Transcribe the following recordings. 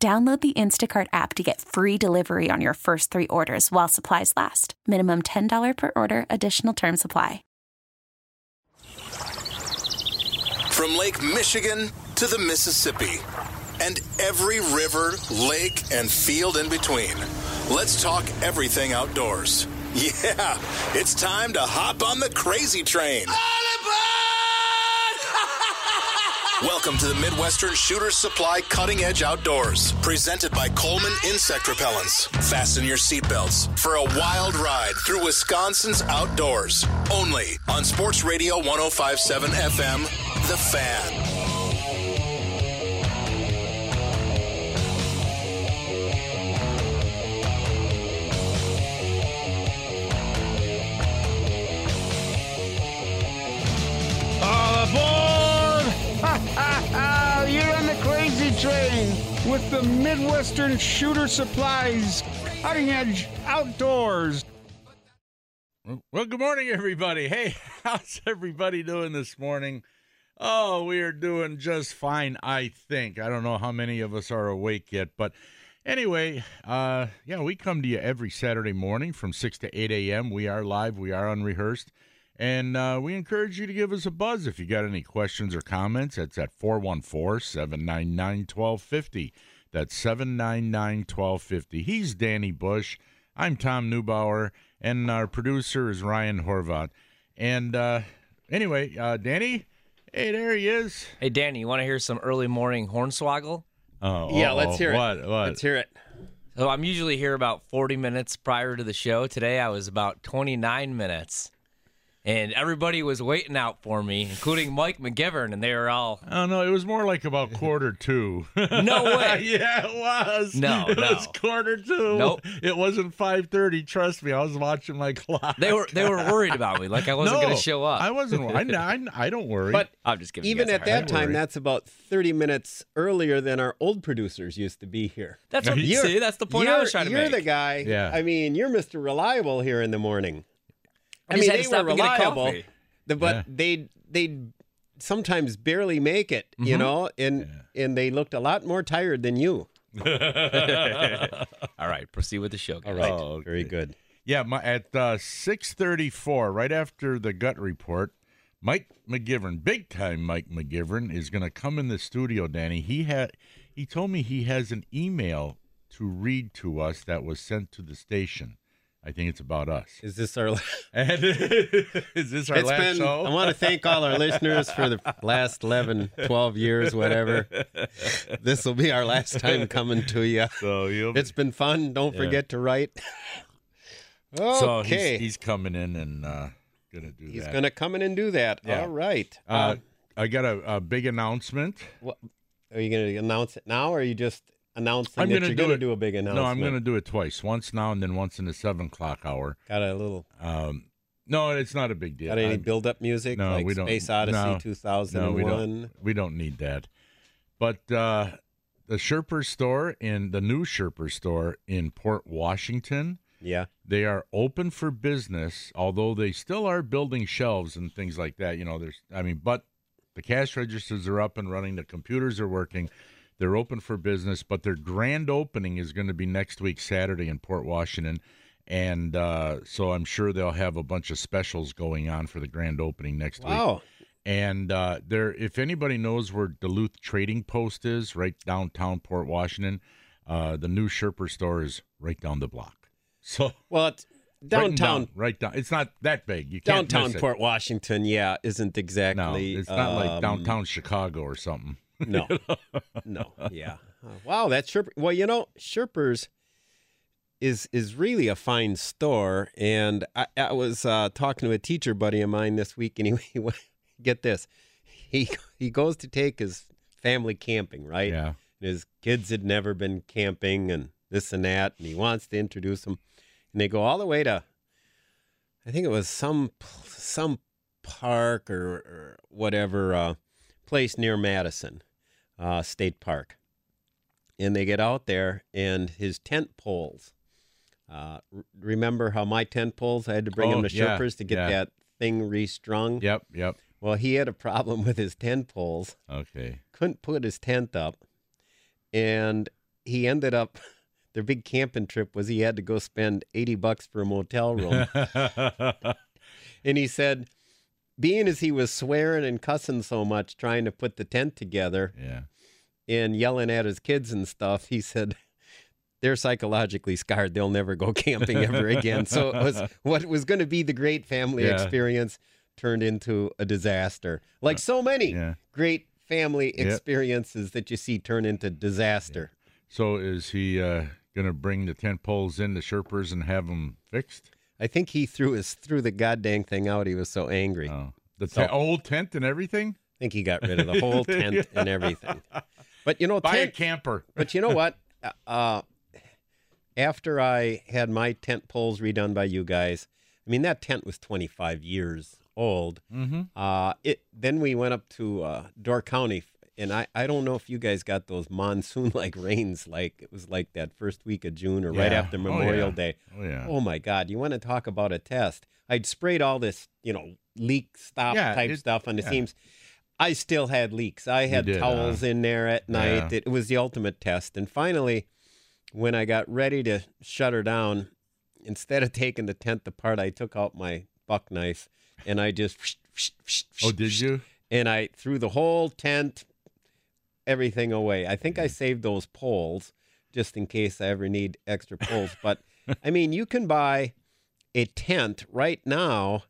Download the Instacart app to get free delivery on your first three orders while supplies last. Minimum $10 per order, additional term supply. From Lake Michigan to the Mississippi and every river, lake, and field in between, let's talk everything outdoors. Yeah, it's time to hop on the crazy train. Welcome to the Midwestern Shooter Supply Cutting Edge Outdoors, presented by Coleman Insect Repellents. Fasten your seatbelts for a wild ride through Wisconsin's outdoors, only on Sports Radio 1057 FM, The Fan. All aboard! You're on the crazy train with the Midwestern Shooter Supplies Cutting Edge Outdoors. Well, good morning, everybody. Hey, how's everybody doing this morning? Oh, we are doing just fine, I think. I don't know how many of us are awake yet, but anyway, uh, yeah, we come to you every Saturday morning from 6 to 8 a.m. We are live, we are unrehearsed, and uh, we encourage you to give us a buzz if you got any questions or comments. It's at 414 799 1250. That's 799 1250. He's Danny Bush. I'm Tom Neubauer, and our producer is Ryan Horvat. And uh, anyway, uh, Danny, hey, there he is. Hey, Danny, you want to hear some early morning hornswoggle? Oh, Yeah, uh-oh. let's hear it. What? What? Let's hear it. So I'm usually here about 40 minutes prior to the show. Today I was about 29 minutes, and everybody was waiting out for me, including Mike McGivern, and they were all, Oh no, it was more like about quarter two. "No way!" yeah, it was. No, it no. was quarter two. Nope. it wasn't five thirty. Trust me, I was watching my clock. They were they were worried about me, like I wasn't no, going to show up. I wasn't. wor- I, I, I don't worry. But I'm just giving you even guys a at hard that time. time, that's about 30 minutes earlier than our old producers used to be here. That's what you You're- see. That's the point you're, I was trying to you're make. the guy. Yeah. I mean, you're Mr. Reliable here in the morning. I I, just mean, had to they stop were and get a reliable, coffee. the- but Yeah. they they sometimes barely make it, you Mm-hmm. know, and and they looked a lot more tired than you. All right, proceed with the show. guys. Right. Oh, Very good. yeah, my, at uh, six thirty four, right after the gut report, Mike McGivern, big time Mike McGivern, is going to come in the studio. Danny, he had, he told me he has an email to read to us that was sent to the station. I think it's about us. Is this our? And is this our It's last been. show? I want to thank all our listeners for the last 11, 12 years, whatever. This will be our last time coming to you. so you'll It's been fun. Don't forget to write. okay. so he's- he's, he's, coming in and uh, gonna do that. going to come in and do that. Yeah. All right. Um, Uh, I got a, a big announcement. Are you going to announce it now, or are you just announcing I'm that gonna you're do going to it- do a big announcement? No, I'm gonna do it twice. Once now and then once in the seven o'clock hour. Got a little. Um, no, it's not a big deal. Got any I'm- build-up music? no, like we don't. Space Odyssey no, no, 2001. we don't. We don't need that. But uh, the Sherper store in the new Sherper store in Port Washington. Yeah. They are open for business, although they still are building shelves and things like that. You know, there's, I mean, but the cash registers are up and running, the computers are working. They're open for business, but their grand opening is going to be next week, Saturday, in Port Washington. And uh, so I'm sure they'll have a bunch of specials going on for the grand opening next week. Wow. And uh, there, if anybody knows where Duluth Trading Post is, right downtown Port Washington, uh, the new Sherper store is right down the block. So Well, it's Right in downtown. down- right down. It's not that big. You can't Downtown miss it. Port Washington, yeah, isn't No, exactly. it's not like um, downtown Chicago or something. No, no, yeah. Uh, Wow, that's Sherper. Well, you know, Sherper's is is really a fine store, and I, I was uh, talking to a teacher buddy of mine this week, and he, he went- get this, he he goes to take his family camping, right? Yeah, And his kids had never been camping and this and that, and he wants to introduce them. And they go all the way to, I think it was some some park or, or whatever uh, place near Madison uh, State Park. And they get out there, and his tent poles. Uh, r- remember how my tent poles? I had to bring Oh, them to yeah, Sherpers to get yeah. that thing restrung. Yep, yep. Well, he had a problem with his tent poles, Okay. couldn't put his tent up, and he ended up. Their big camping trip was he had to go spend 80 bucks for a motel room. and he said, being as he was swearing and cussing so much trying to put the tent together yeah. and yelling at his kids and stuff, he said, they're psychologically scarred. They'll never go camping ever again. So it was what was going to be the great family Yeah. experience turned into a disaster. Like so many Yeah. great family Yeah. experiences that you see turn into disaster. So is he uh, going to bring the tent poles in the Sherpers and have them fixed? I think he threw his threw the goddamn thing out. He was so angry. Oh. The So- te- old tent and everything? I think he got rid of the whole tent and everything. But you know, Buy a tent, camper. But you know what? Uh, after I had my tent poles redone by you guys, I mean that tent was 25 years old. Mm-hmm. Uh, it then we went up to uh, Door County, and I I don't know if you guys got those monsoon like rains, like it was like that first week of June or right Yeah. after Oh, Memorial yeah. Day. Oh, yeah. Oh my God! You want to talk about a test? I'd sprayed all this, you know, leak stop Yeah, type it- stuff on the yeah. seams. I still had leaks. I had did, towels in there at night. Yeah. It was the ultimate test. And finally, when I got ready to shut her down, instead of taking the tent apart, I took out my buck knife and I just. oh, did you? And I threw the whole tent, everything away. I think I Mm-hmm. saved those poles just in case I ever need extra poles. But I mean, you can buy a tent right now.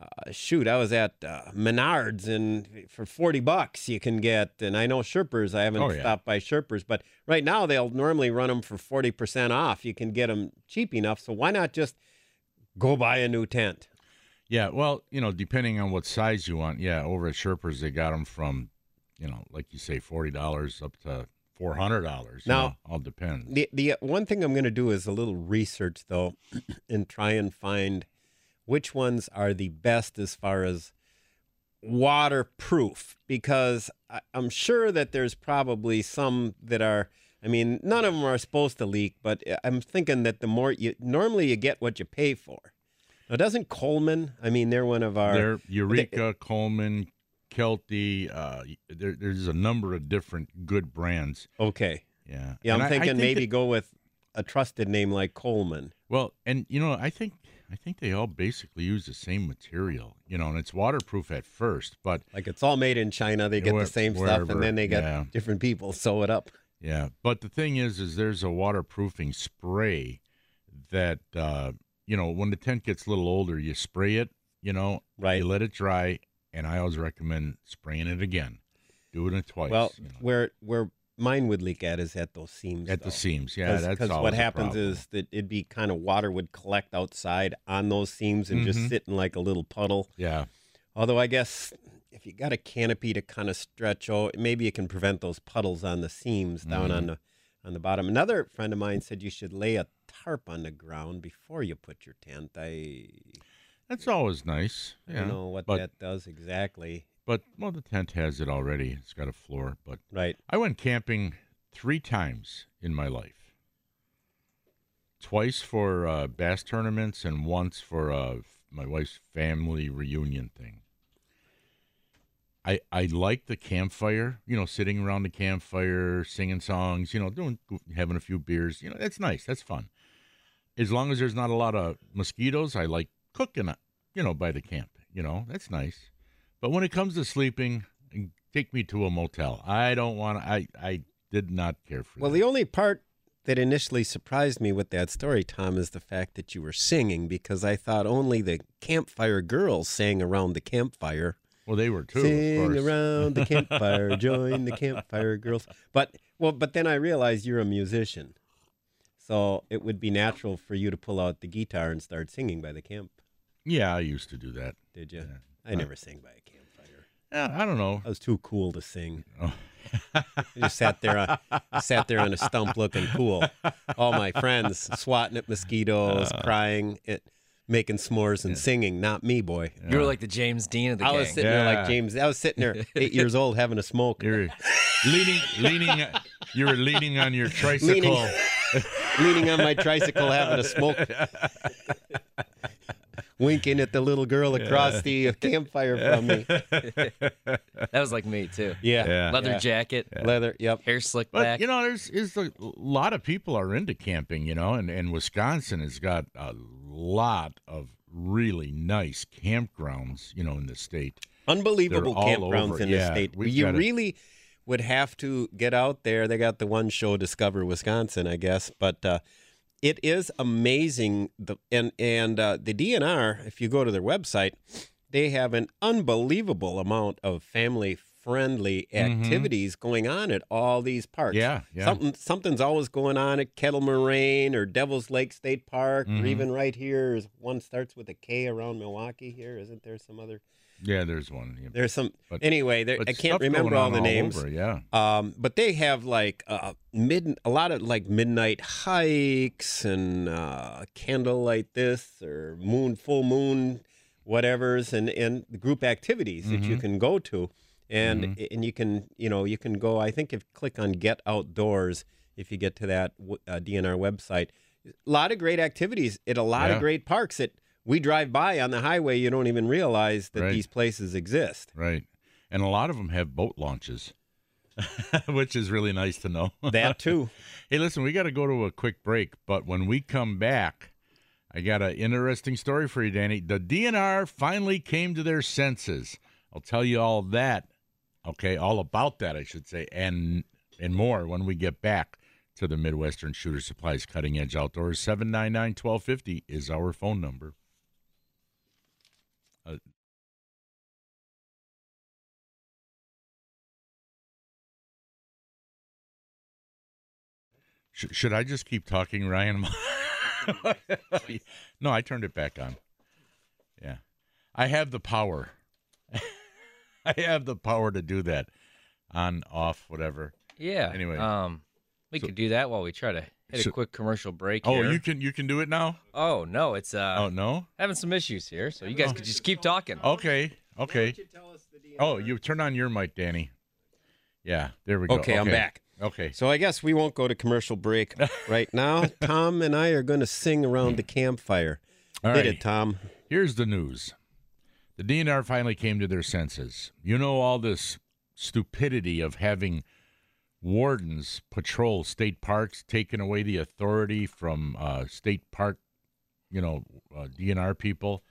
Uh, shoot, I was at uh, Menards and for 40 bucks you can get, and I know Sherpers, I haven't Oh, yeah. stopped by Sherpers, but right now they'll normally run them for 40% off. You can get them cheap enough. So why not just go buy a new tent? Yeah, well, you know, depending on what size you want, yeah, over at Sherpers they got them from, you know, like you say, forty dollars up to four hundred dollars. Now- all depends. The the one thing I'm going to do is a little research though, and try and find which ones are the best as far as waterproof because I, I'm sure that there's probably some that are. I mean, none of them are supposed to leak, but uh, I'm thinking that the more you normally you get what you pay for. Now, doesn't Coleman? I mean, they're one of our. There, Eureka, Coleman, Kelty. Uh, there, there's a number of different good brands. okay, Yeah, yeah, And I'm I- I thinking think maybe that- go with a trusted name like Coleman. well, and you know, I think I think they all basically use the same material. You know, and it's waterproof at first, but Like it's all made in China. They get Where- the same stuff, wherever, and then they get yeah. different people sew it up. Yeah, but the thing is, is there's a waterproofing spray that uh, you know when the tent gets a little older, you spray it. You know, Right. You let it dry, and I always recommend spraying it again, doing it twice. Well, you know. where where mine would leak at is at those seams. at though. the seams, yeah, that's because always what a happens problem. is that it'd be kind of water would collect outside on those seams and just Mhm. sit in like a little puddle. yeah, Although I guess if you got a canopy to kind of stretch out, maybe you can prevent those puddles on the seams down Mm-hmm. on the on the bottom. Another friend of mine said you should lay a tarp on the ground before you put your tent. I, that's always nice. I Yeah, don't know what but that does exactly. but well, the tent has it already. It's got a floor, but Right. I went camping three times in my life. Twice for uh, bass tournaments and once for uh, my wife's family reunion thing. I I like the campfire, you know, sitting around the campfire, singing songs, you know, doing having a few beers, you know, that's nice, that's fun. As long as there's not a lot of mosquitoes, I like cooking, uh, you know, by the camp, you know, that's nice. But when it comes to sleeping, take me to a motel. I don't want. I I did not care for. Well, that. the only part that initially surprised me with that story, Tom, is the fact that you were singing because I thought only the campfire girls sang around the campfire. well they were too. of Sing course. around the campfire, join the campfire girls. But well, but then I realized you're a musician. So it would be natural for you to pull out the guitar and start singing by the camp. Yeah, I used to do that. Did you? Yeah. I never sang by a campfire. Yeah, I don't know. I was too cool to sing. Oh. I just sat there, uh, sat there on a stump looking cool. All my friends swatting at mosquitoes, Uh. crying, at, making s'mores and singing. Not me, boy. You were like the James Dean of the I gang. was sitting there Yeah. like James. I was sitting there, eight years old, having a smoke, You're leaning, leaning. You were leaning on your tricycle. leaning on my tricycle, having a smoke, winking at the little girl across the campfire from me. that was like me too. Yeah, Yeah. Leather Yeah. jacket, leather. Yep. hair slicked But back. you know, there's is a lot of people are into camping. You know, and and Wisconsin has got a lot of really nice campgrounds. You know, in the state. Unbelievable They're all campgrounds over. in Yeah, the state. we've You gotta- really would have to get out there. They got the one show, Discover Wisconsin, I guess, but uh, it is amazing. The and and uh, the DNR, if you go to their website, they have an unbelievable amount of family friendly activities going on at all these parks. Mm-hmm. Yeah, yeah. Something something's always going on at Kettle Moraine or Devil's Lake State Park, Mm-hmm. or even right here is one starts with a K around Milwaukee. Here, isn't there some other? Yeah, there's one. Yeah. There's some But- anyway. There, But I stuff can't going remember all on the names. Over, yeah. Um, but they have like uh, mid a lot of like midnight hikes and uh, candlelight this or moon full moon whatever's and and group activities that Mm-hmm. you can go to and and you can you know you can go. I think if click on get outdoors if you get to that w- uh, DNR website, a lot of great activities at a lot Yeah. of great parks that we drive by on the highway. You don't even realize that Right. these places exist. Right. And a lot of them have boat launches, which is really nice to know. That too. hey, listen, we got to go to a quick break, but when we come back, I got an interesting story for you, Danny. The DNR finally came to their senses. I'll tell you all that, okay, all about that, I should say, and and more when we get back to the Midwestern Shooter Supplies Cutting Edge Outdoors. 799 1250 is our phone number. Sh- should I just keep talking, Ryan? no, I turned it back on. Yeah. I have the power. I have the power to do that on, off, whatever. yeah. Anyway. um, we could do that while we try to hit So- a quick commercial break. Oh, here. you can you can do it now? Oh no, it's uh oh no? Oh. having some issues here, so you guys could just keep talking. Okay. Okay. Oh, you turn on your mic, Danny. Yeah, there we go. Okay, I'm back. Okay. So I guess we won't go to commercial break right now. Tom and I are going to sing around the campfire. All Hit right. it, Tom. Here's the news. The DNR finally came to their senses. You know all this stupidity of having wardens patrol state parks, taking away the authority from uh, state park, you know, uh, DNR people.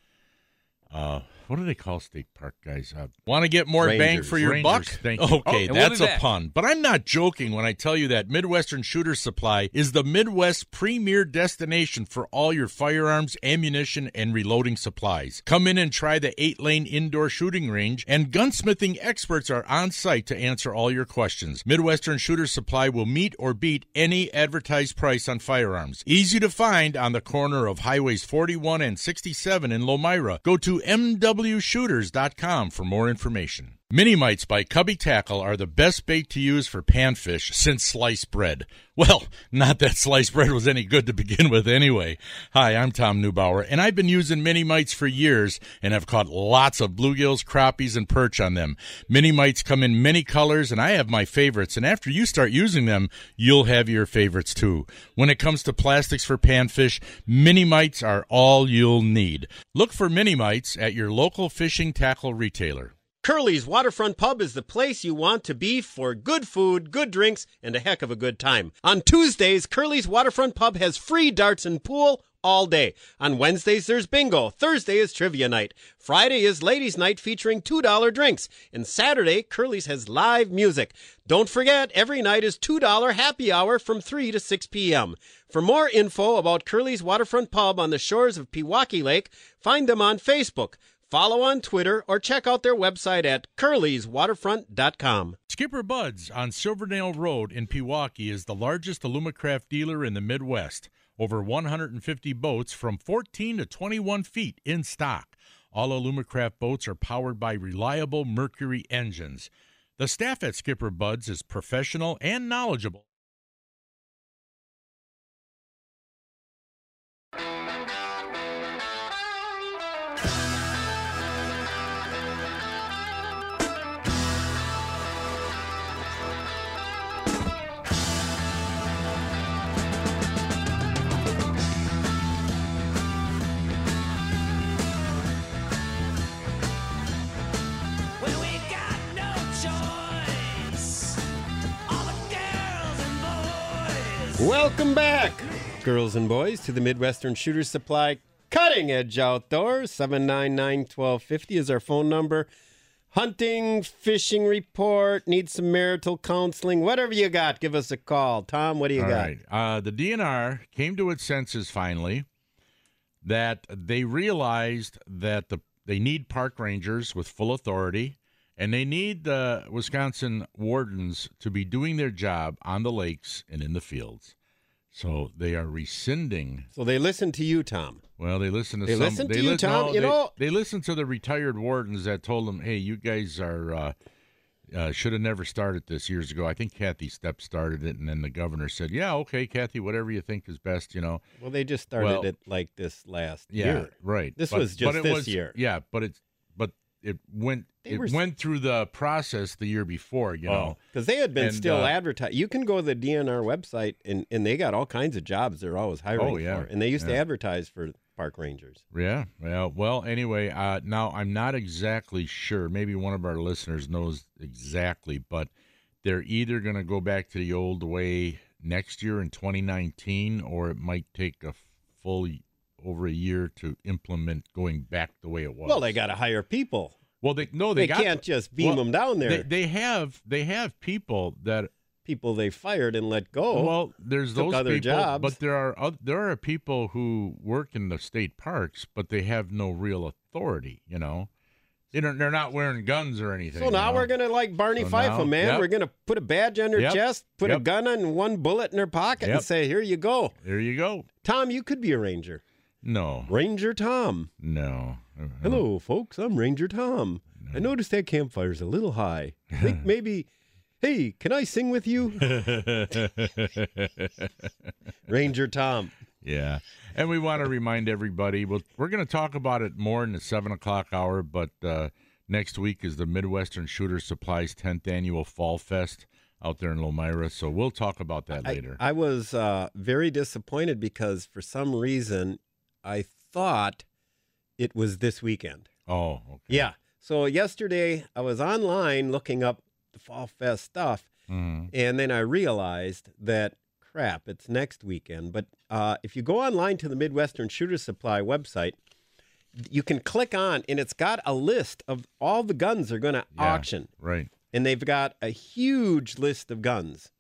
Uh, what do they call state park guys? Uh, Want to get more bang Rangers. for your Rangers, buck? thank you. Okay, Oh, And we'll that's be a back. pun. But I'm not joking when I tell you that Midwestern Shooter Supply is the Midwest premier destination for all your firearms, ammunition, and reloading supplies. Come in and try the eight lane indoor shooting range, and gunsmithing experts are on site to answer all your questions. Midwestern Shooter Supply will meet or beat any advertised price on firearms. Easy to find on the corner of Highways 41 and 67 in Lomira. Go to mwshooters.com for more information. Mini mites by Cubby Tackle are the best bait to use for panfish since sliced bread. Well, not that sliced bread was any good to begin with anyway. Hi, I'm Tom Neubauer, and I've been using mini mites for years and have caught lots of bluegills, crappies, and perch on them. Mini mites come in many colors, and I have my favorites, and after you start using them, you'll have your favorites too. When it comes to plastics for panfish, mini mites are all you'll need. Look for mini mites at your local fishing tackle retailer. Curly's Waterfront Pub is the place you want to be for good food, good drinks, and a heck of a good time. On Tuesdays, Curly's Waterfront Pub has free darts and pool all day. On Wednesdays, there's bingo. Thursday is trivia night. Friday is ladies' night featuring $2 drinks. And Saturday, Curly's has live music. Don't forget, every night is $2 happy hour from 3 to 6 p.m. For more info about Curly's Waterfront Pub on the shores of Pewaukee Lake, find them on Facebook. Follow on Twitter or check out their website at curlyswaterfront.com. Skipper Buds on Silvernail Road in Pewaukee is the largest Alumacraft dealer in the Midwest. Over 150 boats from 14 to 21 feet in stock. All Alumacraft boats are powered by reliable Mercury engines. The staff at Skipper Buds is professional and knowledgeable. Welcome back, girls and boys, to the Midwestern Shooter Supply Cutting Edge Outdoors. 799 1250 is our phone number. Hunting, fishing report, need some marital counseling, whatever you got, give us a call. Tom, what do you All got? right. Uh, the DNR came to its senses finally that they realized that the they need park rangers with full authority, and they need the Wisconsin wardens to be doing their job on the lakes and in the fields. So they are rescinding. So they listen to you, Tom. Well, they listen to They some. listen to you, Tom. no, You they, know- they listen to the retired wardens that told them, "Hey, you guys are." Uh, uh, should have never started this years ago. I think Kathy Stepp started it, and then the governor said, "Yeah, okay, Kathy, whatever you think is best, you know." Well, they just started Well, it like this last Yeah, year. right. This was just this year. Yeah, but it's but it went They it were s- Oh. went through the process the year before, you know. Because they had been And, still uh, advertising. You can go to the DNR website and, and they got all kinds of jobs they're always hiring Oh, yeah. for. And they used to Yeah. advertise for park rangers. Yeah, yeah. Well, anyway, uh, now I'm not exactly sure. Maybe one of our listeners knows exactly, but they're either going to go back to the old way next year in 2019, or it might take a full y- over a year to implement going back the way it was. Well, they got to hire people. Well, they no, They, they, got- can't just beam well, them down there. They, they have they have people that people they fired and let go. Well, there's Oh. took those other people, jobs. but there are oth- there are people who work in the state parks, but they have no real authority. You know, they don't. They're not wearing guns or anything. so you now know? we're gonna like Barney So Fife now- 'em, man. yep. We're gonna put a badge on their Yep. chest, put a Yep. gun and one bullet in their pocket, Yep. and say, "Here you go, There you go. Tom. You could be a ranger, No, Ranger Tom." no. Uh, Hello, folks. I'm Ranger Tom. I noticed that campfire's a little high. I think maybe. Hey, can I sing with you, Ranger Tom? yeah, and we want to remind everybody. We'll, we're going to talk about it more in the seven o'clock hour, but uh, next week is the Midwestern Shooter Supplies 10th annual Fall Fest out there in Lomira. So we'll talk about that I- later. I, was uh, very disappointed because for some reason I thought it was this weekend. oh, okay. Yeah. So yesterday I was online looking up the Fall Fest stuff, Mhm. and then I realized that crap, it's next weekend. But uh, if you go online to the Midwestern Shooter Supply website, you can click on, and it's got a list of all the guns they're going to Yeah, auction Right. and they've got a huge list of guns.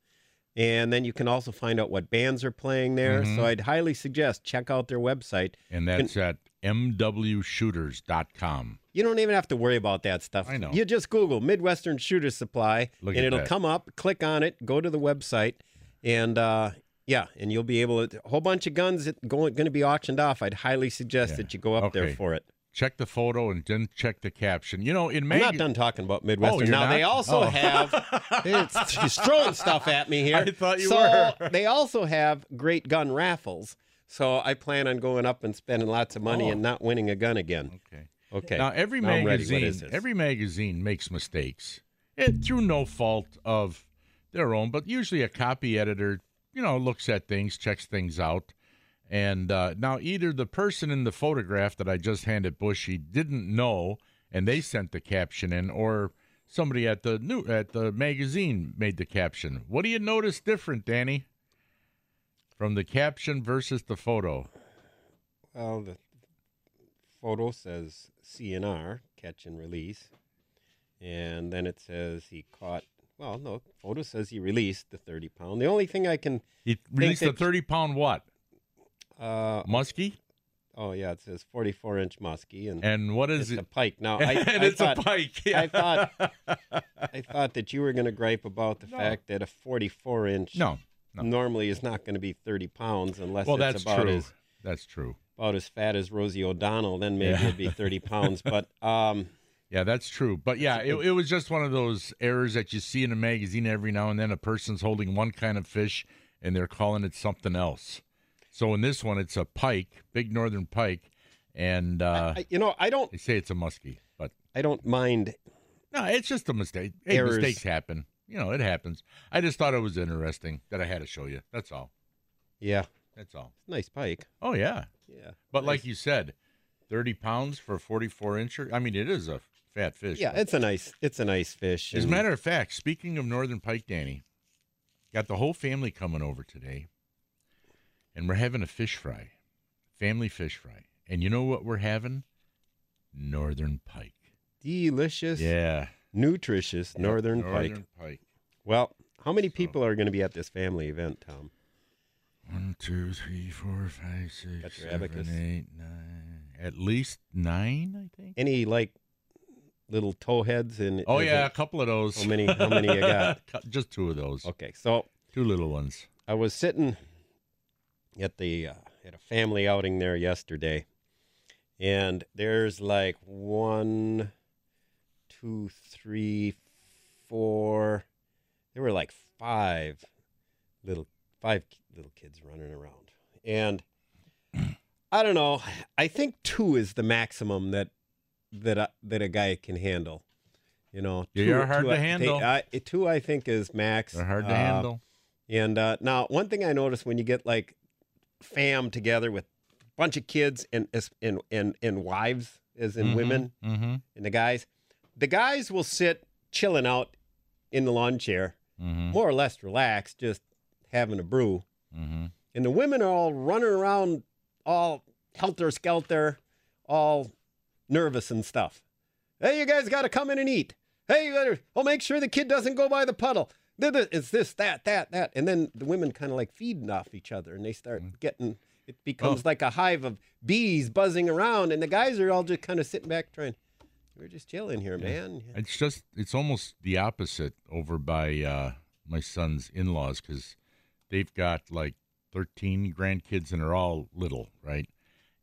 And then you can also find out what bands are playing there. Mm-hmm. So I'd highly suggest check out their website. And that's at mwshooters.com. You don't even have to worry about that stuff. I know. You just Google Midwestern Shooter Supply, Look and at it'll that. come up. Click on it. Go to the website, and uh, yeah, and you'll be able to. A whole bunch of guns that going going to be auctioned off. I'd highly suggest Yeah. that you go up there Okay. for it. Check the photo and then check the caption. You know, in I'm not mag- done talking about Midwestern. Oh, you're now they not? also Oh. have. It's, she's throwing stuff at me here. I thought you so were. they also have great gun raffles. So I plan on going up and spending lots of money Oh. and not winning a gun again. Okay. Okay. Now every Now I'm ready. What magazine, is this? every magazine makes mistakes, and through no fault of their own. But usually, a copy editor, you know, looks at things, checks things out, and uh, now either the person in the photograph that I just handed Bushy didn't know, and they sent the caption in, or somebody at the new at the magazine made the caption. What do you notice different, Danny? From the caption versus the photo. Well, the photo says CNR, catch and release. And then it says he caught, well, no, photo says he released the 30 pound. The only thing I can, He released a that- thirty pound what? uh, Muskie? oh, yeah, it says 44 inch muskie and, And what is it's it? a pike. Now, I, and I it's thought, a pike. I thought I thought that you were going to gripe about the fact that a 44 inch no, no. normally is not going to be 30 pounds unless Well, it's that's about true. as That's true. about as fat as Rosie O'Donnell. Then maybe Yeah. it'd be 30 pounds. But um, Yeah, that's true. But yeah, it, it was just one of those errors that you see in a magazine every now and then. A person's holding one kind of fish and they're calling it something else. So in this one, it's a pike, big northern pike, and uh, I, you know, I don't they say it's a muskie. But I don't mind no, it's just a mistake. Hey, Errors. mistakes happen. You know, it happens. I just thought it was interesting that I had to show you. That's all. Yeah. That's all. Nice pike. Oh yeah, Yeah. but like you said, thirty pounds for a forty-four incher. I mean, it is a fat fish. Yeah, but- it's a nice it's a nice fish. As a and- matter of fact, speaking of Northern Pike, Danny, got the whole family coming over today, and we're having a fish fry, family fish fry. And you know what we're having? Northern Pike. delicious, Yeah. nutritious northern, pike. Northern Pike. Well, how many people are going to be at this family event, Tom? One, two, three, four, five, six, Got your seven, abacus. eight, nine. At least nine, I think. Any like little toe heads and Oh is yeah, a it- couple of those. How many- how many you got? Just two of those. Okay, so Two little ones. I was sitting at the uh, at a family outing there yesterday, and there's like one, two, three, four. There were like five little five ki- little kids running around, and I don't know. I think two is the maximum that that a, that a guy can handle. You know, They two- are hard two, to I- they- handle. I, two, I think, is max. They're hard to Uh, handle. and uh, now, one thing I noticed when you get like fam together with a bunch of kids and as- and and, and wives, as in women Mm-hmm. and the guys, the guys will sit chilling out in the lawn chair, Mm-hmm. more or less relaxed, just having a brew, Mm-hmm. and the women are all running around, all helter skelter, all nervous and stuff. Hey, you guys got to come in and eat. Hey, you gotta, oh, make sure the kid doesn't go by the puddle. Th- th- It's this, that, that, that. And then the women kind of like feeding off each other and they start getting, it becomes Mm-hmm. Oh. like a hive of bees buzzing around. And the guys are all just kind of sitting back trying, we're just chilling here, man. It's just it's almost the opposite over by uh, my son's in-laws because they've got like 13 grandkids and they're all little, right?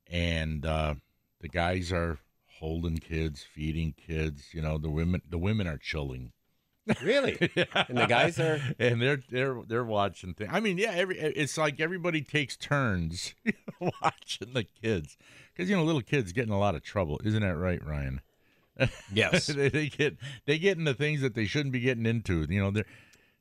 And uh, the guys are holding kids, feeding kids. You know, the women the women are chilling, Really? and the guys are, and they're they're they're watching things. I mean, yeah, every e, it's like everybody takes turns watching the kids because you know little kids get in a lot of trouble, isn't that right, Ryan? Yes. they, they get they get into things that they shouldn't be getting into. You know, they're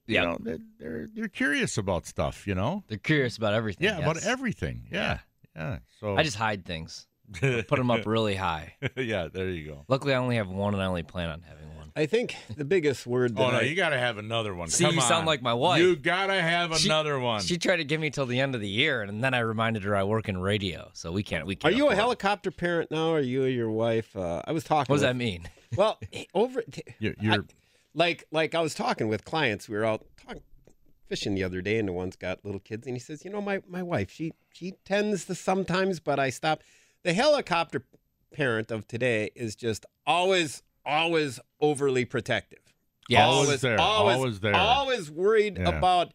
you Yeah. know they're, they're they're curious about stuff. You know, They're curious about everything. yeah, about yes. everything. Yeah, yeah. So I just hide things. Put them up really high. yeah, there you go. Luckily, I only have one, and I only plan on having one. I think the biggest word that Oh no, I- you gotta have another one. See, Come you sound on. like my wife. You gotta have She- another one. She tried to give me till the end of the year, and then I reminded her I work in radio, so we can't. Are We can't you a afford it. helicopter parent now? Or are you or your wife? Uh, I was talking. What does with- that mean? Well, eh, over t- you're, you're like like I was talking with clients. We were out talk, fishing the other day, and the one's got little kids, and he says, "You know, my my wife, she she tends to sometimes, but I stop." The helicopter parent of today is just always always overly protective. Yes. Always there, always there. always worried Yeah. about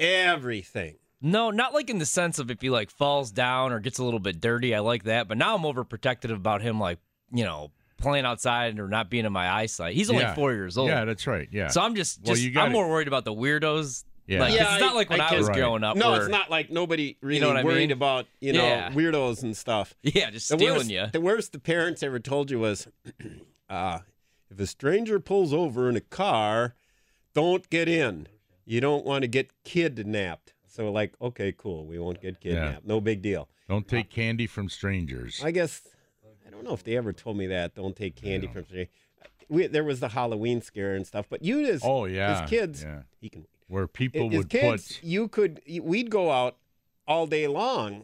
everything. No, not like in the sense of if he like falls down or gets a little bit dirty. I like that, but now I'm overprotective about him, like you know, playing outside or not being in my eyesight. He's only Yeah. four years old, yeah, that's right. Yeah. so I'm just Well, just you gotta- I'm more worried about the weirdos. Yeah. Like, Yeah, it's not I- like when I I, can- was Right. growing up. No, where- it's not like nobody really Uh, know what I worried mean? about you know Yeah. weirdos and stuff. Yeah, just The stealing worst, you. the worst the parents ever told you was, uh, if a stranger pulls over in a car, don't get in. You don't want to get kidnapped. So like, okay, cool, we won't get kidnapped. No big deal. Don't take candy from strangers. I guess I don't know if they ever told me that. Don't take candy from stranger. We, there was the Halloween scare and stuff, but you as oh yeah. as kids, yeah. he can where people as would kids, put you could we'd go out all day long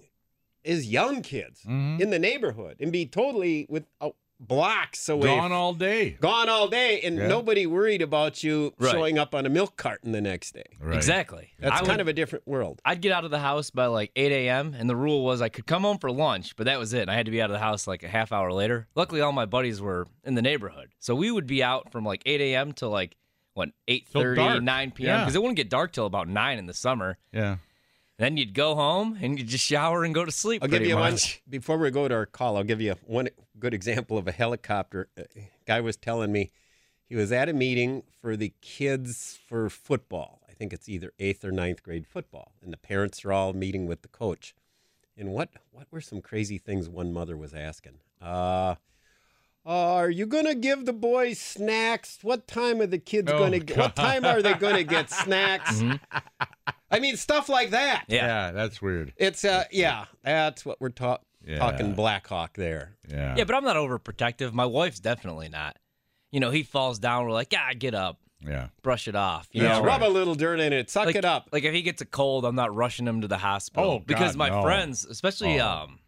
as young kids Mhm. in the neighborhood and be totally with uh, blocks away, gone all day. gone all day, and Yeah. nobody worried about you Right. showing up on a milk carton the next day. Right. Exactly. That's I would- kind of a different world. I'd get out of the house by like 8 a.m. and the rule was I could come home for lunch, but that was it. I had to be out of the house like a half hour later. Luckily, all my buddies were in the neighborhood, so we would be out from like 8 a.m. to like what dark. 8:30, 9 p.m. Yeah. because it wouldn't get dark till about nine in the summer. Yeah. Then you'd go home and you'd just shower and go to sleep. I'll give pretty you much. one before we go to our call. I'll give you one good example of a helicopter. A guy was telling me he was at a meeting for the kids for football. I think it's either eighth or ninth grade football, and the parents are all meeting with the coach. And what what were some crazy things one mother was asking? Uh, are you gonna give the boys snacks? What time are the kids Oh, gonna? Get, what God. time are they gonna get snacks? Mm-hmm. I mean, stuff like that. Yeah. yeah, that's weird. It's uh yeah, that's what we're talk- Yeah. talking Blackhawk there. Yeah. Yeah, but I'm not overprotective. My wife's definitely not. You know, he falls down. We're like, ah, get up, yeah. brush it off. You Yeah, know, rub a little dirt in it, suck like, it up. Like if he gets a cold, I'm not rushing him to the hospital. Oh, God, because my no. friends, especially Oh. um,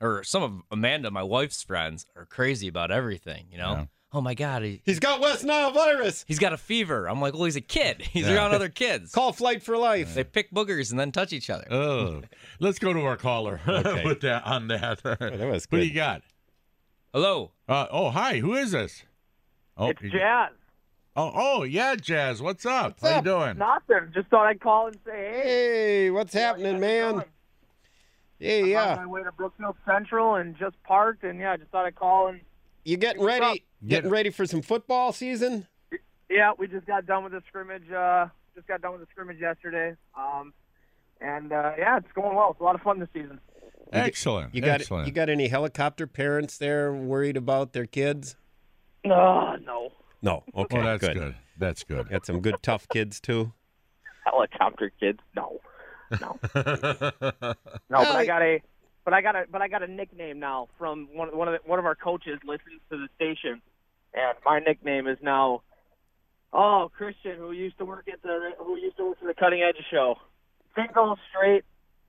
or some of Amanda, my wife's friends, are crazy about everything. You know, Yeah. oh my God, he, He's got West Nile virus. he's got a fever. I'm like, well, he's a kid. He's Yeah. around other kids. Call Flight for Life. They pick boogers and then touch each other. Oh, let's go to our caller Okay. Oh, with that on that. that was Who do good. you got? Hello. Uh, oh, hi. Who is this? Oh, It's you- Jazz. Oh, oh, yeah, Jazz. What's up? How up? you doing? Nothing. Just thought I'd call and say, hey. Hey, what's happening, man? Hey, I'm on yeah. my way to Brookfield Central and just parked, and yeah, I just thought I'd call and You getting What's ready? up? Getting ready for some football season? yeah, we just got done with the scrimmage. Uh, just got done with the scrimmage yesterday. Um, and uh, yeah, it's going well. It's a lot of fun this season. Excellent. You got Excellent. you got any helicopter parents there worried about their kids? No, Ah, no No. Okay, oh, that's good. good. That's good. Got some good tough kids too. helicopter kids. No, no. But I got a, but I got a, but I got a nickname now from one of one of the, one of our coaches listens to the station, and my nickname is now, oh Christian, who used to work at the who used to work for the Cutting Edge show, single, straight,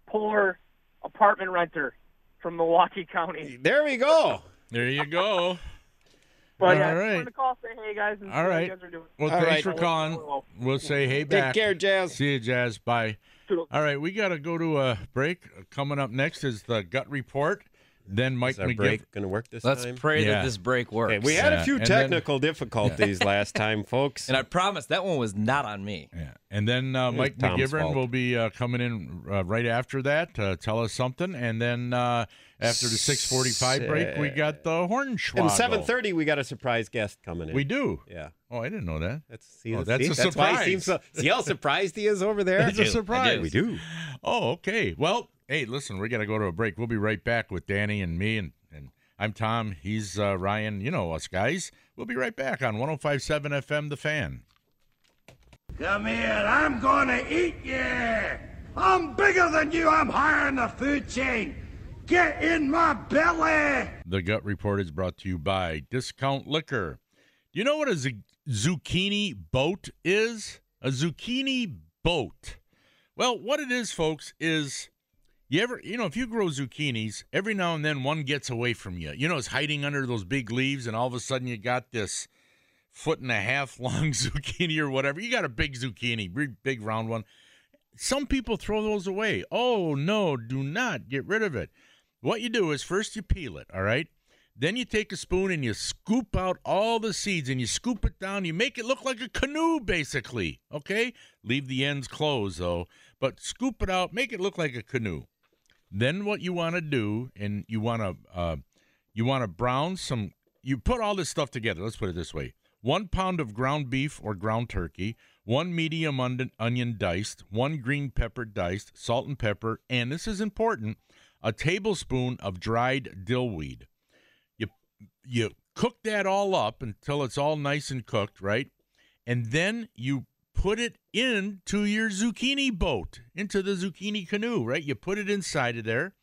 poor, apartment renter from Milwaukee County. There we go. there you go. But yeah, I All just right. wanted to call, say hey guys, and see All how right. you guys are doing. Well, All thanks right. for calling. We'll say hey back. Take care, Jazz. See you, Jazz. Bye. Toodles. All right, we got to go to a break. Coming up next is the gut report. Then Mike Is our McGiff. break gonna work this Let's time? pray Yeah. that this break works. Okay, we had Yeah, a few and then- technical difficulties last time, folks. and I promise that one was not on me. Yeah. And then uh, Mike Tom's McGivern fault. will be uh, coming in uh, right after that to tell us something. And then uh, after the 645 break, we got the horn And seven thirty, we got a surprise guest coming in. We do. yeah. Oh, I didn't know that. That's see, Oh, that's, that's a see, that's why he surprise. seems so. See how surprised he is over there. That's I a do. surprise. We do. Oh, okay. Well, hey, listen, we got to go to a break. We'll be right back with Danny and me. And, and I'm Tom. He's uh, Ryan. You know us, guys. We'll be right back on 1057 FM, The Fan. Come here, I'm gonna eat you! I'm bigger than you, I'm higher in the food chain! Get in my belly! The Gut Report is brought to you by Discount Liquor. Do you know what a zu- zucchini boat is? A zucchini boat. Well, what it is, folks, is you ever, you know, if you grow zucchinis, every now and then one gets away from you. You know, it's hiding under those big leaves, and all of a sudden you got this foot and a half long zucchini or whatever. You got a big zucchini, big, big round one. Some people throw those away. Oh, no, do not get rid of it. What you do is first you peel it, all right? Then you take a spoon and you scoop out all the seeds and you scoop it down. You make it look like a canoe, basically, okay? Leave the ends closed, though, but scoop it out, make it look like a canoe. Then what you want to do, and you want to, uh, you want to brown some. You put all this stuff together. Let's put it this way: one pound of ground beef or ground turkey, one medium on- onion diced, one green pepper diced, salt and pepper, and this is important: a tablespoon of dried dillweed. You you cook that all up until it's all nice and cooked, right? And then you put it into your zucchini boat, into the zucchini canoe, right? You put it inside of there.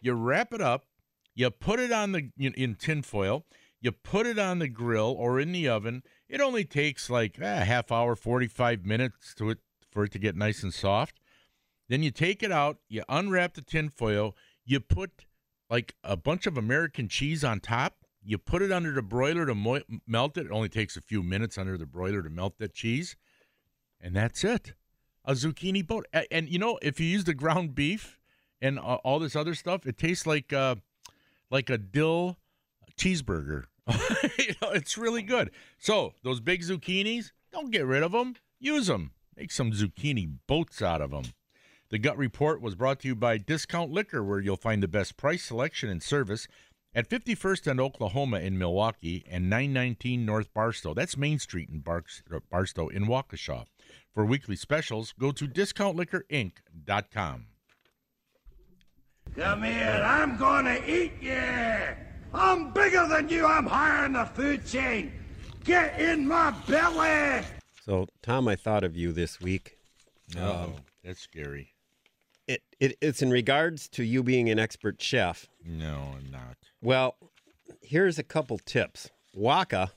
You wrap it up. You put it on the in, in tin foil. You put it on the grill or in the oven. It only takes like a half hour, 45 minutes to it for it to get nice and soft. Then you take it out, you unwrap the tin foil, you put like a bunch of American cheese on top. You put it under the broiler to mo- melt it. It only takes a few minutes under the broiler to melt that cheese. And that's it. A zucchini boat. A- And you know, if you use the ground beef and uh, all this other stuff, it tastes like uh, like a dill cheeseburger. you know, it's really good. So those big zucchinis, don't get rid of them. Use them. Make some zucchini boats out of them. The Gut Report was brought to you by Discount Liquor, where you'll find the best price, selection, and service at 51st and Oklahoma in Milwaukee and 919 North Barstow. That's Main Street in Barks- uh, Barstow in Waukesha. For weekly specials, go to discountliquorinc.com. Come here, I'm gonna eat you. I'm bigger than you. I'm higher in the food chain. Get in my belly. So, Tom, I thought of you this week. Oh, that's scary. It, it it's in regards to you being an expert chef. No, I'm not. Well, here's a couple tips. Waka,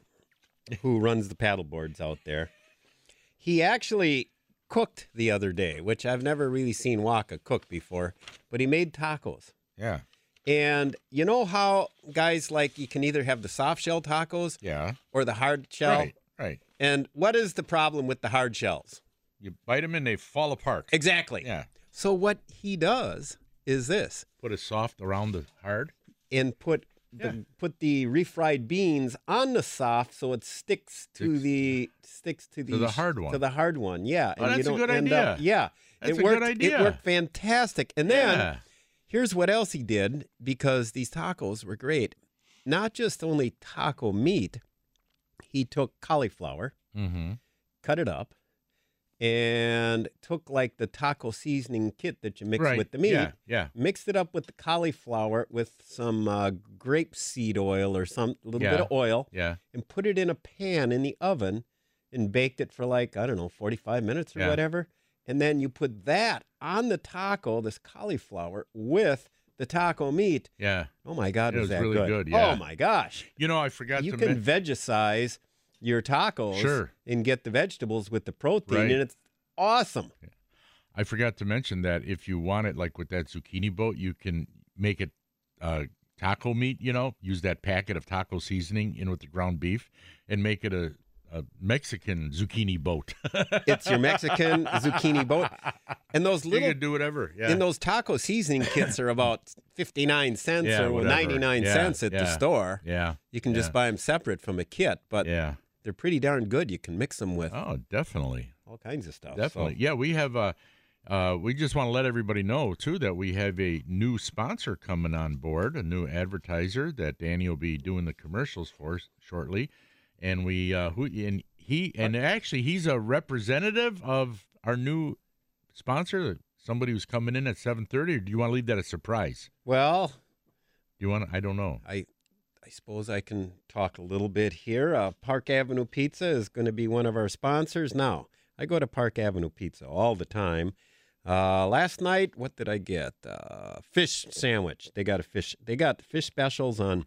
who runs the paddle boards out there, he actually cooked the other day, which I've never really seen Waka cook before, but he made tacos. Yeah. And you know how guys like you can either have the soft shell tacos Yeah. or the hard shell? Right. Right. And what is the problem with the hard shells? You bite them and they fall apart. Exactly. Yeah. So what he does is this Put a soft around the hard. and put the, put the refried beans on the soft so it sticks to Sticks, the sticks to the, the sh- hard one. to the hard one yeah Oh, that's a good idea. yeah That's a it good worked idea. it worked fantastic and then Yeah. here's what else he did because these tacos were great not just only taco meat he took cauliflower Mm-hmm. cut it up and took like the taco seasoning kit that you mix right. with the meat Yeah. Yeah. mixed it up with the cauliflower with some uh, grape seed oil or some little bit Yeah. of oil Yeah. and put it in a pan in the oven and baked it for like I don't know 45 minutes or Yeah. whatever and then you put that on the taco this cauliflower with the taco meat Yeah. oh my god It was was that really good, oh yeah. my gosh You know, I forgot you to can mention. vegicize your tacos Sure. and get the vegetables with the protein Right. and it's awesome I forgot to mention that if you want it, like with that zucchini boat, you can make it uh, taco meat. You know, use that packet of taco seasoning in with the ground beef, and make it a, a Mexican zucchini boat. it's your Mexican zucchini boat and those you little can do whatever. Yeah. And those taco seasoning kits are about 59 cents Yeah, or whatever. 99 Yeah, cents at the yeah. store. yeah. You can just Yeah. buy them separate from a kit, but Yeah. they're pretty darn good. You can mix them with Oh, definitely. all kinds of stuff. so- Definitely. Yeah, we have uh uh, we just want to let everybody know too that we have a new sponsor coming on board, a new advertiser that Danny will be doing the commercials for s- shortly, and we uh, who and he and actually he's a representative of our new sponsor, somebody who's coming in at seven thirty. Or do you want to leave that a surprise? Well, Do you want? To, I don't know. I I suppose I can talk a little bit here. Uh, Park Avenue Pizza is going to be one of our sponsors. Now, I go to Park Avenue Pizza all the time. Uh, last night, what did I get? Uh, fish sandwich. They got a fish. They got fish specials on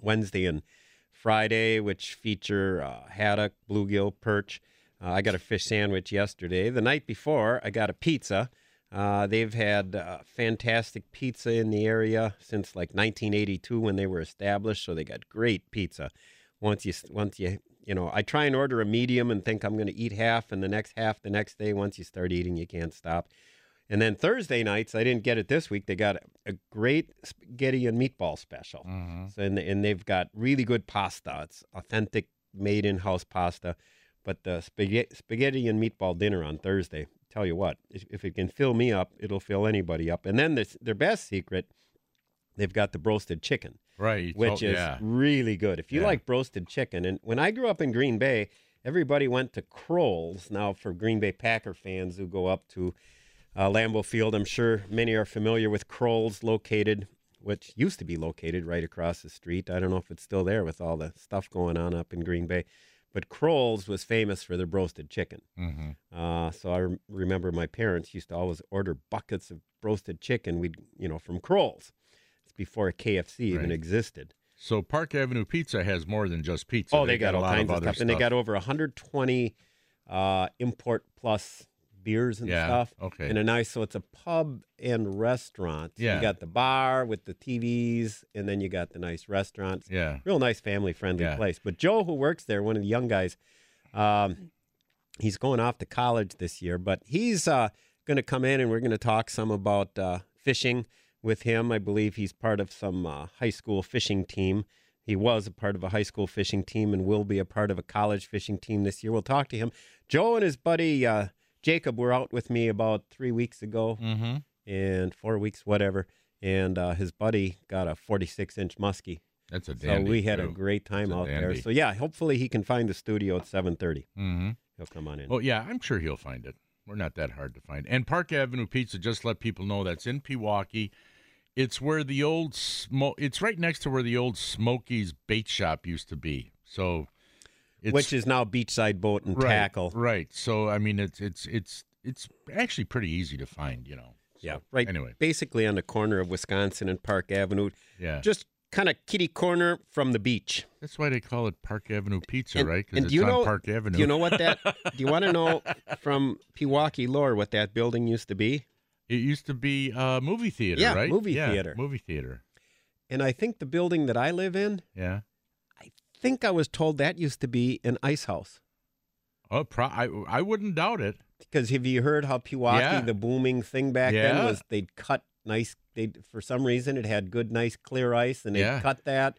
Wednesday and Friday, which feature uh, haddock, bluegill, perch. Uh, I got a fish sandwich yesterday. The night before, I got a pizza. Uh, they've had uh, fantastic pizza in the area since like 1982 when they were established. So they got great pizza. Once you, once you, you know, I try and order a medium and think I'm going to eat half, and the next half the next day. Once you start eating, you can't stop. And then Thursday nights, I didn't get it this week. They got a- a great spaghetti and meatball special. So, and, and they've got really good pasta. It's authentic, made in house pasta. But the spaghetti, spaghetti and meatball dinner on Thursday, tell you what, if, if it can fill me up, it'll fill anybody up. And then this, their best secret, they've got the roasted chicken Right, you which told- is Oh, yeah. really good. If you Yeah. like roasted chicken, and when I grew up in Green Bay, everybody went to Kroll's. Now, for Green Bay Packer fans who go up to uh, Lambeau Field, I'm sure many are familiar with Kroll's, located, which used to be located right across the street. I don't know if it's still there with all the stuff going on up in Green Bay, but Kroll's was famous for their roasted chicken. Mhm. Uh, so I rem- remember my parents used to always order buckets of roasted chicken. We'd, you know, from Kroll's. It's before KFC even Right. existed. So Park Avenue Pizza has more than just pizza. oh, they, got, a all lot kinds of, other stuff, and they got over 120 uh, import plus beers and Yeah, stuff. okay. and a nice. So it's a pub and restaurant. Yeah. you got the bar with the TVs, and then you got the nice restaurants. yeah. Real nice family friendly Yeah. place. But Joe, who works there, one of the young guys, um, he's going off to college this year, but he's uh, going to come in and we're going to talk some about uh, fishing with him. I believe he's part of some uh, high school fishing team. He was a part of a high school fishing team and will be a part of a college fishing team this year. We'll talk to him. Joe and his buddy uh, Jacob were out with me about three weeks ago Mm-hmm. and four weeks, whatever. And uh, his buddy got a 46 inch muskie. That's a So dandy. we had a too. great time It's a out there. dandy. So yeah, hopefully he can find the studio at 7:30. Mm-hmm. He'll come on in. Oh yeah, I'm sure he'll find it. We're not that hard to find. And Park Avenue Pizza, just let people know that's in Pewaukee. It's where the old smo- It's right next to where the old Smokies bait shop used to be. So, it's, Which is now beachside boat and right, tackle. Right. So I mean, it's it's it's it's actually pretty easy to find. You know. So, Yeah, right. Anyway. basically on the corner of Wisconsin and Park Avenue, Yeah. just kind of kitty corner from the beach. That's why they call it Park Avenue Pizza, And- right? and Because do it's you on know- Park Avenue. Do you know what that? do you want to know from Pewaukee lore what that building used to be? it used to be a movie theater, Yeah, right? movie theater. Movie theater. And I think the building that I live in, Yeah. think I was told that used to be an ice house. Oh, pro- I I wouldn't doubt it. Because have you heard how Pewaukee, Yeah. the booming thing back Yeah. then was they'd cut nice, they for some reason it had good, nice, clear ice, and they Yeah. would cut that.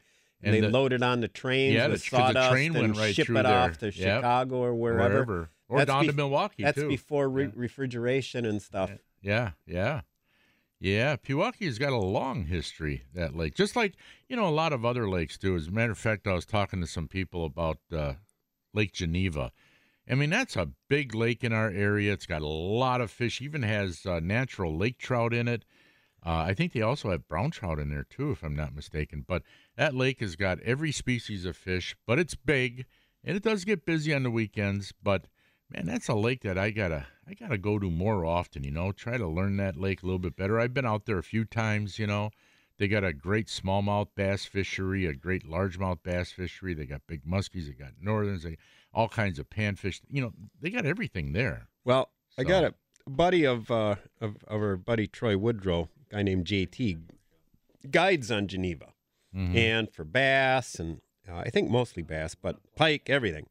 And And, they the- loaded on the trains Yeah, with that's 'cause the sawdust train went and right ship through it off there. to Yep. Chicago or wherever. Wherever. Or That's down to bef- Milwaukee, That's too. before re- Yeah. refrigeration and stuff. Yeah, yeah. Yeah, Pewaukee's got a long history, that lake. Just like, you know, a lot of other lakes do. As a matter of fact, I was talking to some people about uh, Lake Geneva. I mean, that's a big lake in our area. It's got a lot of fish, even has uh, natural lake trout in it. Uh, I think they also have brown trout in there, too, if I'm not mistaken. But that lake has got every species of fish, but it's big and it does get busy on the weekends. But Man, that's a lake that I gotta I gotta go to more often, you know. Try to learn that lake a little bit better. I've been out there a few times, you know. They got a great smallmouth bass fishery, a great largemouth bass fishery. They got big muskies, they got northerns, they all kinds of panfish. You know, they got everything there. Well, I So- got a buddy of, uh, of of our buddy Troy Woodrow, a guy named JT, guides on Geneva, Mm-hmm. and for bass and uh, I think mostly bass, but pike, everything.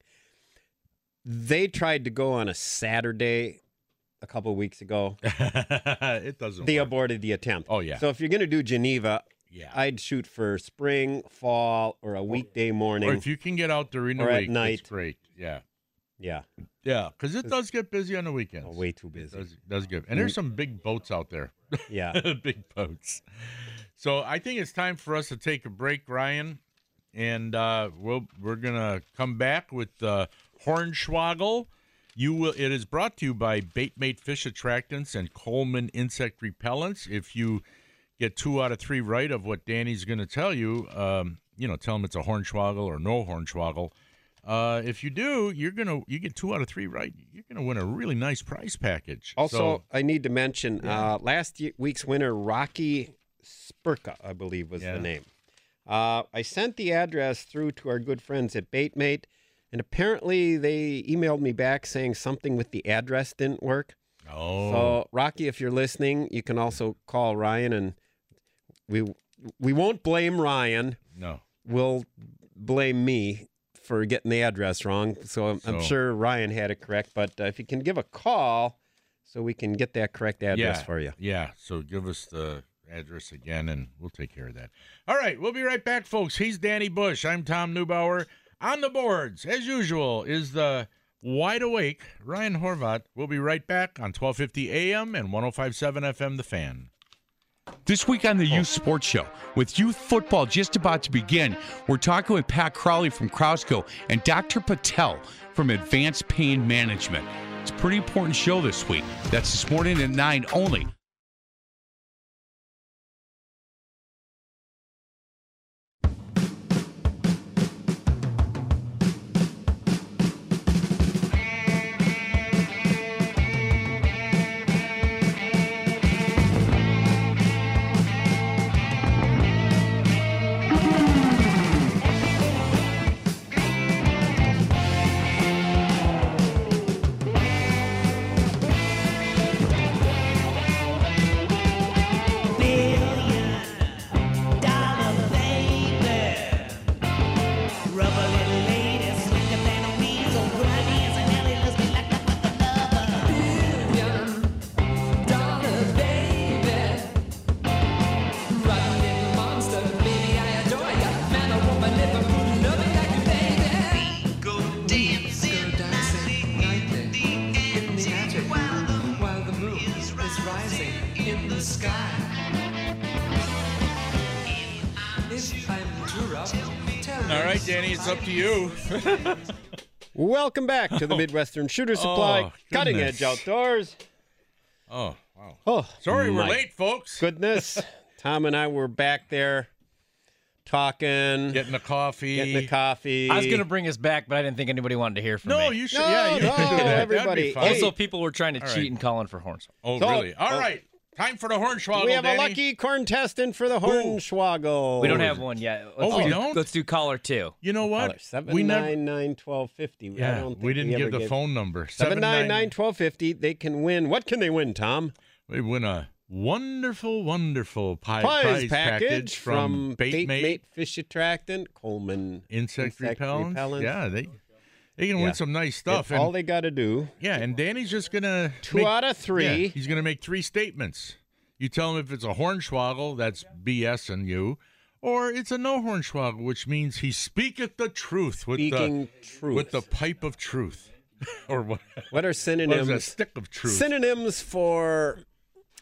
They tried to go on a Saturday a couple weeks ago. it doesn't. They work. aborted the attempt. Oh, yeah. So if you're gonna do Geneva, Yeah. I'd shoot for spring, fall, or a weekday morning. or if you can get out during the Or at week, night. it's great. Yeah, yeah, yeah, because it does get busy on the weekends. oh, way too It busy. does, does get, and there's some big boats out there. Yeah. big boats. So I think it's time for us to take a break, Ryan, and uh, we'll we're gonna come back with uh, Hornswoggle. You will. It is brought to you by Baitmate Fish Attractants and Coleman Insect Repellents. If you get two out of three right of what Danny's going to tell you, um, you know, tell him it's a Hornswoggle or no Hornswoggle. Uh, if you do, you're gonna you get two out of three right. You're gonna win a really nice prize package. Also, So- I need to mention uh, last ye- week's winner, Rocky Spurka, I believe was Yeah. the name. Uh, I sent the address through to our good friends at Baitmate, and apparently they emailed me back saying something with the address didn't work. oh, So, Rocky, if you're listening, you can also call Ryan, and we we won't blame Ryan. no. We'll blame me for getting the address wrong. So I'm, I'm So- sure Ryan had it correct, but uh, if you can give a call, so we can get that correct address yeah, for you. Yeah. So give us the address again and we'll take care of that. All right. We'll be right back, folks. He's Danny Bush. I'm Tom Neubauer. On the boards, as usual, is the wide awake Ryan Horvat. We'll be right back on 1250 AM and 1057 FM The Fan. This week on the Youth Sports Show, with youth football just about to begin, we're talking with Pat Crowley from Crowsco and Dr. Patel from Advanced Pain Management. It's a pretty important show this week. That's this morning at 9 only. All right, Danny, it's up to you. Welcome back to the Midwestern Shooter Supply Oh, Cutting goodness. Edge Outdoors. Oh, wow. Oh, Sorry we're my late, folks. Goodness, Tom and I were back there talking, Getting a coffee. getting the coffee. I was going to bring us back, but I didn't think anybody wanted to hear from No, me. you should. No, yeah, you should no, do that. That'd be everybody. fine. Hey. Also, people were trying to All cheat right. and calling for horns. oh, So- really? All right, oh. Time for the hornswoggle, We have Danny. a lucky contestant for the Hornschwagel. We don't have one yet. Let's Oh, we do, don't? Let's do caller two. You know what? Seven we never. nine nine twelve fifty. I Yeah, don't think we didn't ever give the gave- phone number. Seven nine nine 799- twelve fifty. They can win. What can they win, Tom? We win a wonderful, wonderful pi- Prize, package, from, Bait, Mate, Fish Attractant, Coleman Insect, repellents. Repellents. Yeah, they they can Yeah. win some nice That's stuff. all and, they got to do. yeah, and Danny's just gonna Two make- out of three. yeah, he's gonna make three statements. You tell him if it's a hornswoggle, that's BS and you, or it's a no hornswoggle, which means he speaketh the truth with Speaking the truth. with the pipe of truth, or what? what are What is a synonyms? stick of truth? Synonyms for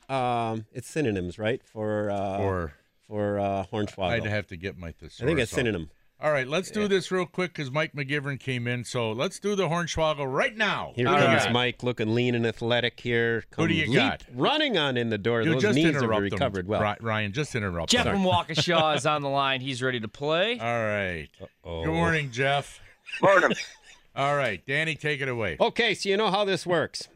um, it's synonyms, right? For uh, or for uh, Hornswoggle. I'd have to get my thesaurus. I think it's out. synonym. All right, let's do this real quick because Mike McGivern came in. So let's do the Hornswoggle right now. Here All comes right. Mike, looking lean and athletic. Here comes Who do you Leap got? running on in the door. You Those just knees are interrupt him, recovered well. Ri- Ryan, just interrupt. Jeff him. from Waukesha is on the line. He's ready to play. All right. oh. Good morning, Jeff. Morning. All right, Danny, take it away. Okay, so you know how this works.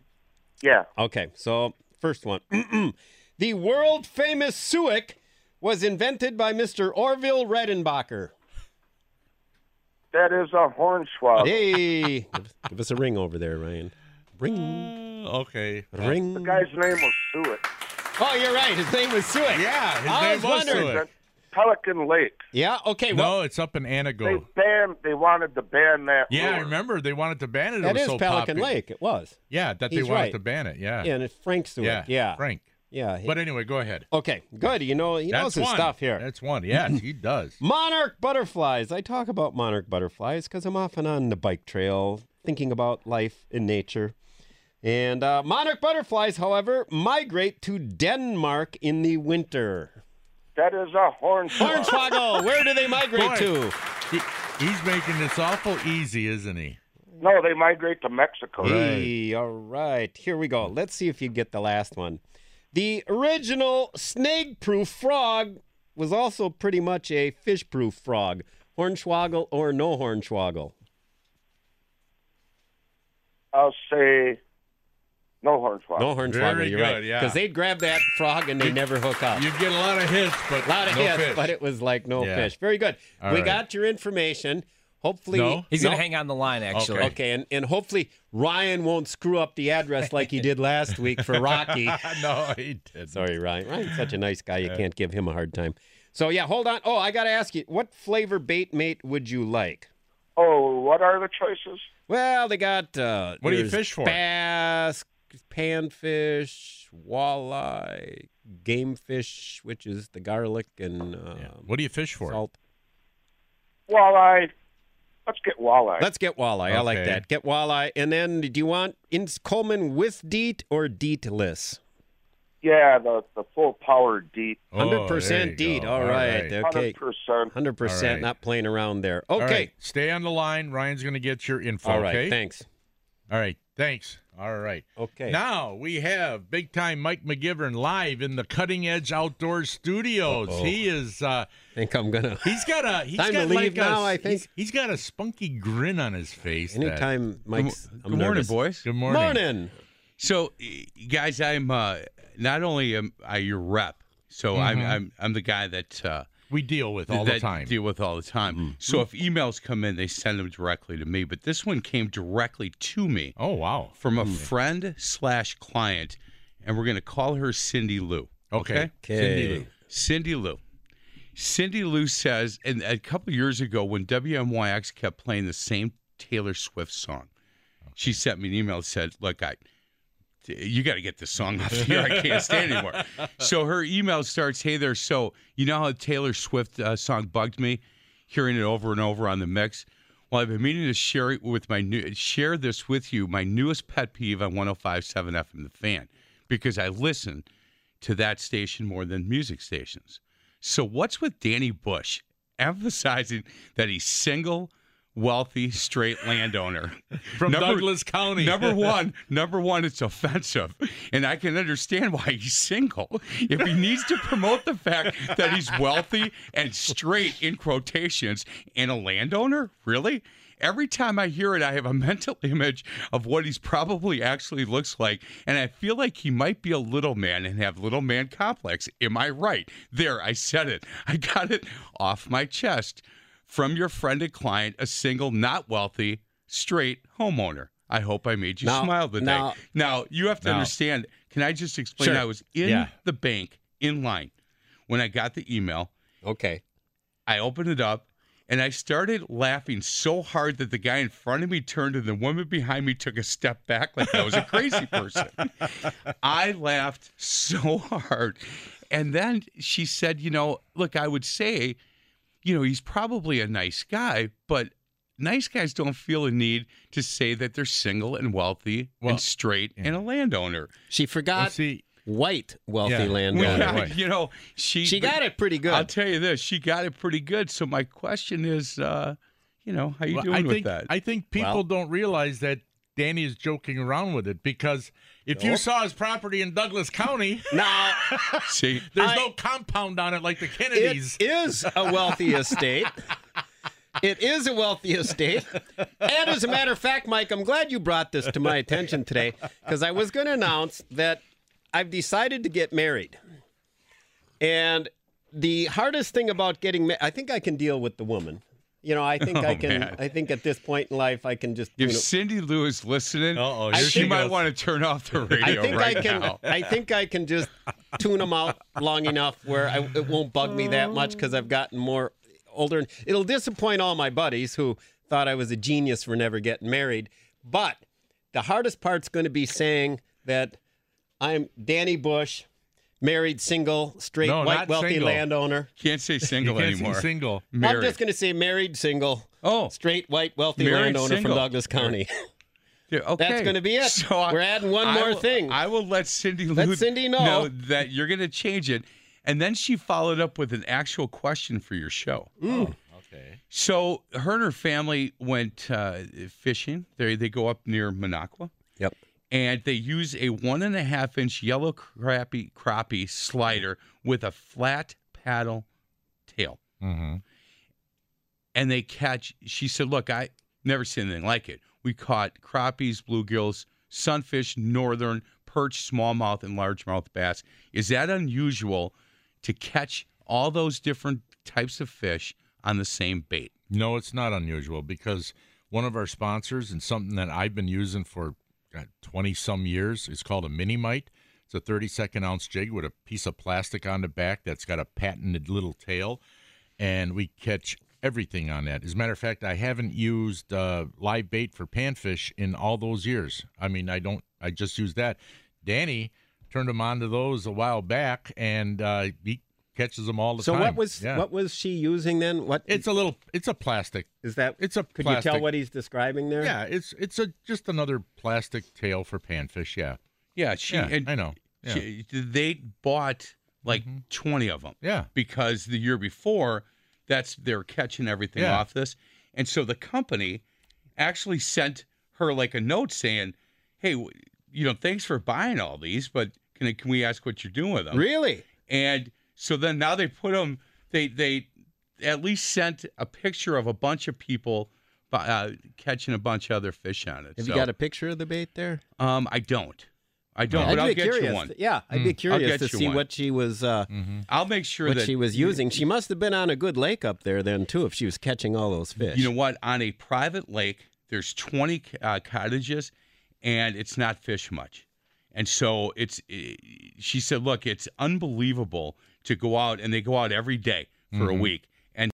Yeah. Okay, so first one. the world famous suic was invented by Mr. Orville Redenbacher. That is a Oh. hornswoggle. Hey, give, give us a ring over there, Ryan. Ring, Uh, okay. ring. guy's name was Stewart. Oh, you're right. His name was Suic. Yeah, his I name was was wondering. Suic. Pelican Lake. Yeah. Okay. Well, No, it's up in They Anago. banned. They wanted to ban that. Yeah, I lure. remember they wanted to ban it. it that was is so Pelican popular. Lake. It was. Yeah, that they He's wanted right. to ban it. Yeah. Yeah, and it's Frank Suic. Yeah. Frank. Yeah. But anyway, go ahead. okay. Good. You know he That's knows his one. stuff here. That's one. Yes, he does. Monarch butterflies. I talk about monarch butterflies because I'm often on the bike trail thinking about life in nature. And uh, monarch butterflies, however, migrate to Denmark in the winter. That is a hornswoggle. Hornswoggle, where do they migrate Boy. to? He, he's making this awful easy, isn't he? no, they migrate to Mexico. Hey, all right, here we go. Let's see if you get the last one. The original snake proof frog was also pretty much a fish proof frog. Hornswoggle or no hornswoggle? I'll say no hornswoggle. No hornswoggle, Very you're good, right. yeah. they'd grab that frog and they never hook up. You get a lot of hits, but A lot of no hits, fish. but it was like no Yeah. fish. Very good. All we right. got your information. Hopefully, No? He's going No? to hang on the line, actually. Okay. Okay, and, and hopefully Ryan won't screw up the address like he did last week for Rocky. no, he did. Sorry, Ryan. Ryan's such a nice guy. You can't give him a hard time. So yeah, hold on. Oh, I gotta ask you, what flavor bait mate would you like? Oh, what are the choices? Well, they got uh, What do you there's fish for? Bass, panfish, walleye, game fish, which is the garlic and uh, Yeah. What do you fish for? salt. Walleye. Let's get walleye. Let's get walleye. I like Okay. that. Get walleye. And then do you want in Coleman with deet or deetless? yeah, the, the full power deep. Oh, there 100% you deet. go. All right. Okay. 100%. 100% All right. not playing around there. All Okay. right, Stay on the line. Ryan's going to get your info. All right. okay? Thanks. All right. Thanks. All right. Okay. Now we have big time Mike McGivern live in the Cutting Edge Outdoor Studios. He is. Uh, I think I'm going to. he's got a. He's Time to got like leave now, a, I think. he's- he's got a spunky grin on his face. that- Anytime Mike's. I'm Good morning, nervous. boys. Good morning. Morning. So, y- guys, I'm uh, not only am I your rep, so I'm, I'm I'm the guy that uh, We deal with all the that time. deal with all the Mm-hmm. time. Mm-hmm. So if emails come in, they send them directly to me. But this one came directly to me oh wow. from a friend slash client, and we're gonna call her Cindy Lou. Okay. Okay. Cindy Lou. Cindy Lou says, and a couple of years ago when WMYX kept playing the same Taylor Swift song, she sent me an email that said, Look, I you got to get this song off here. I can't stand it anymore. So her email starts, Hey there. So you know how the Taylor Swift uh, song bugged me, hearing it over and over on the mix? Well, I've been meaning to share it with my new share this with you, my newest pet peeve on 1057 FM the fan, because I listen to that station more than music stations. So what's with Danny Bush emphasizing that he's single, wealthy, straight landowner From Douglas County. Number one, number one, it's offensive, and I can understand why he's single. If he needs to promote the fact that he's wealthy and straight in quotations and a landowner, really. Every time I hear it, I have a mental image of what he's probably actually looks like, and I feel like he might be a little man and have little man complex. Am I right? There, I said it. I got it off my chest from your friend and client, a single, not wealthy, straight homeowner. I hope I made you Now- smile today. now- now you have to Now- understand. Can I just explain? Sure. I was in Yeah. the bank in line when I got the email. Okay. I opened it up and I started laughing so hard that the guy in front of me turned and the woman behind me took a step back like I was a crazy person. I laughed so hard. And then she said, You know, look, I would say, you know, he's probably a nice guy, but nice guys don't feel a need to say that they're single and wealthy Well, and straight and a landowner. She Well, forgot see, white wealthy Yeah. landowner. Yeah. right. you know, she She got it pretty I'll good. tell you this, she got it pretty good. So my question is, uh, you know, how you well, doing I with think that? I think people Well- don't realize that Danny is joking around with it because if you Oh. Nope. saw his property in Douglas County, Now See, there's I- no compound on it like the Kennedys. it is a wealthy estate. It is a wealthy estate. And as a matter of fact, Mike, I'm glad you brought this to my attention today because I was going to announce that I've decided to get married. And the hardest thing about getting married, I think I can deal with the woman. You know, I think I can. man. I think at this point in life, I can just. if you know, Cindy Lou is listening, Uh-oh, she, here she might goes. want to turn off the radio I think right I can. now. I think I can just tune them out long enough where I, it won't bug me that much because I've gotten more older. And it'll disappoint all my buddies who thought I was a genius for never getting married. But the hardest part's going to be saying that I'm Danny Bush, married, single, straight, No, white, not wealthy single. landowner. Can't say You single can't see anymore. single. I'm Married. just going to say married, single, oh, straight, white, wealthy Married, landowner single. from Douglas County. yeah, okay. That's going to be it. So I- We're adding one I more will- thing. I will let Cindy Lou Let Cindy know. that you're going to change it. And then she followed up with an actual question for your show. Okay. So her and her family went uh, fishing. They they go up near Minocqua. Yep. And they use a one and a half inch yellow crappie crappie slider with a flat paddle tail, Mm-hmm. and they catch. She said, "Look, I never seen anything like it. We caught crappies, bluegills, sunfish, northern perch, smallmouth, and largemouth bass. Is that unusual to catch all those different types of fish on the same bait?" No, it's not unusual because one of our sponsors and something that I've been using for twenty some years is called a mini mite. It's a thirty second ounce jig with a piece of plastic on the back that's got a patented little tail, and we catch everything on that. As a matter of fact, I haven't used uh, live bait for panfish in all those years. I mean, I don't. I just use that. Danny turned him on to those a while back, and uh, he catches them all the So time. what was Yeah. what was she using then? What It's a little. It's a plastic. Is that It's a Could you tell plastic- what he's describing there? Yeah, it's it's a just another plastic tail for panfish. Yeah, Yeah, she yeah, and I know. Yeah, She- they bought like Mm-hmm. 20 of them yeah. because the year before that's they're catching everything Yeah. off this and so the company actually sent her like a note saying hey w- you know thanks for buying all these but can, I- can we ask what you're doing with them Really? and so then now they put them they they at least sent a picture of a bunch of people bu- uh, catching a bunch of other fish on it Have So, you got a picture of the bait there? um i don't i don't I'd but i'll be get curious. you one Yeah, I'd be get curious to you see one. what she was uh, i'll make sure what that she was using. She must have been on a good lake up there then too, if she was catching all those fish. You know what? On a private lake, there's 20 uh, cottages, and it's not fish much. And so it's. eh, She said, "Look, it's unbelievable to go out, and they go out every day for a week." And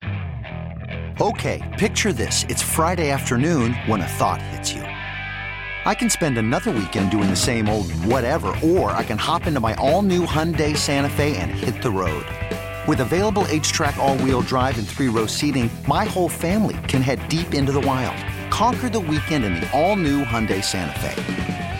Okay, picture this. It's Friday afternoon when a thought hits you. I can spend another weekend doing the same old whatever, or I can hop into my all new Hyundai Santa Fe and hit the road. With available H track, all wheel drive, and three row seating, my whole family can head deep into the wild. Conquer the weekend in the all new Hyundai Santa Fe.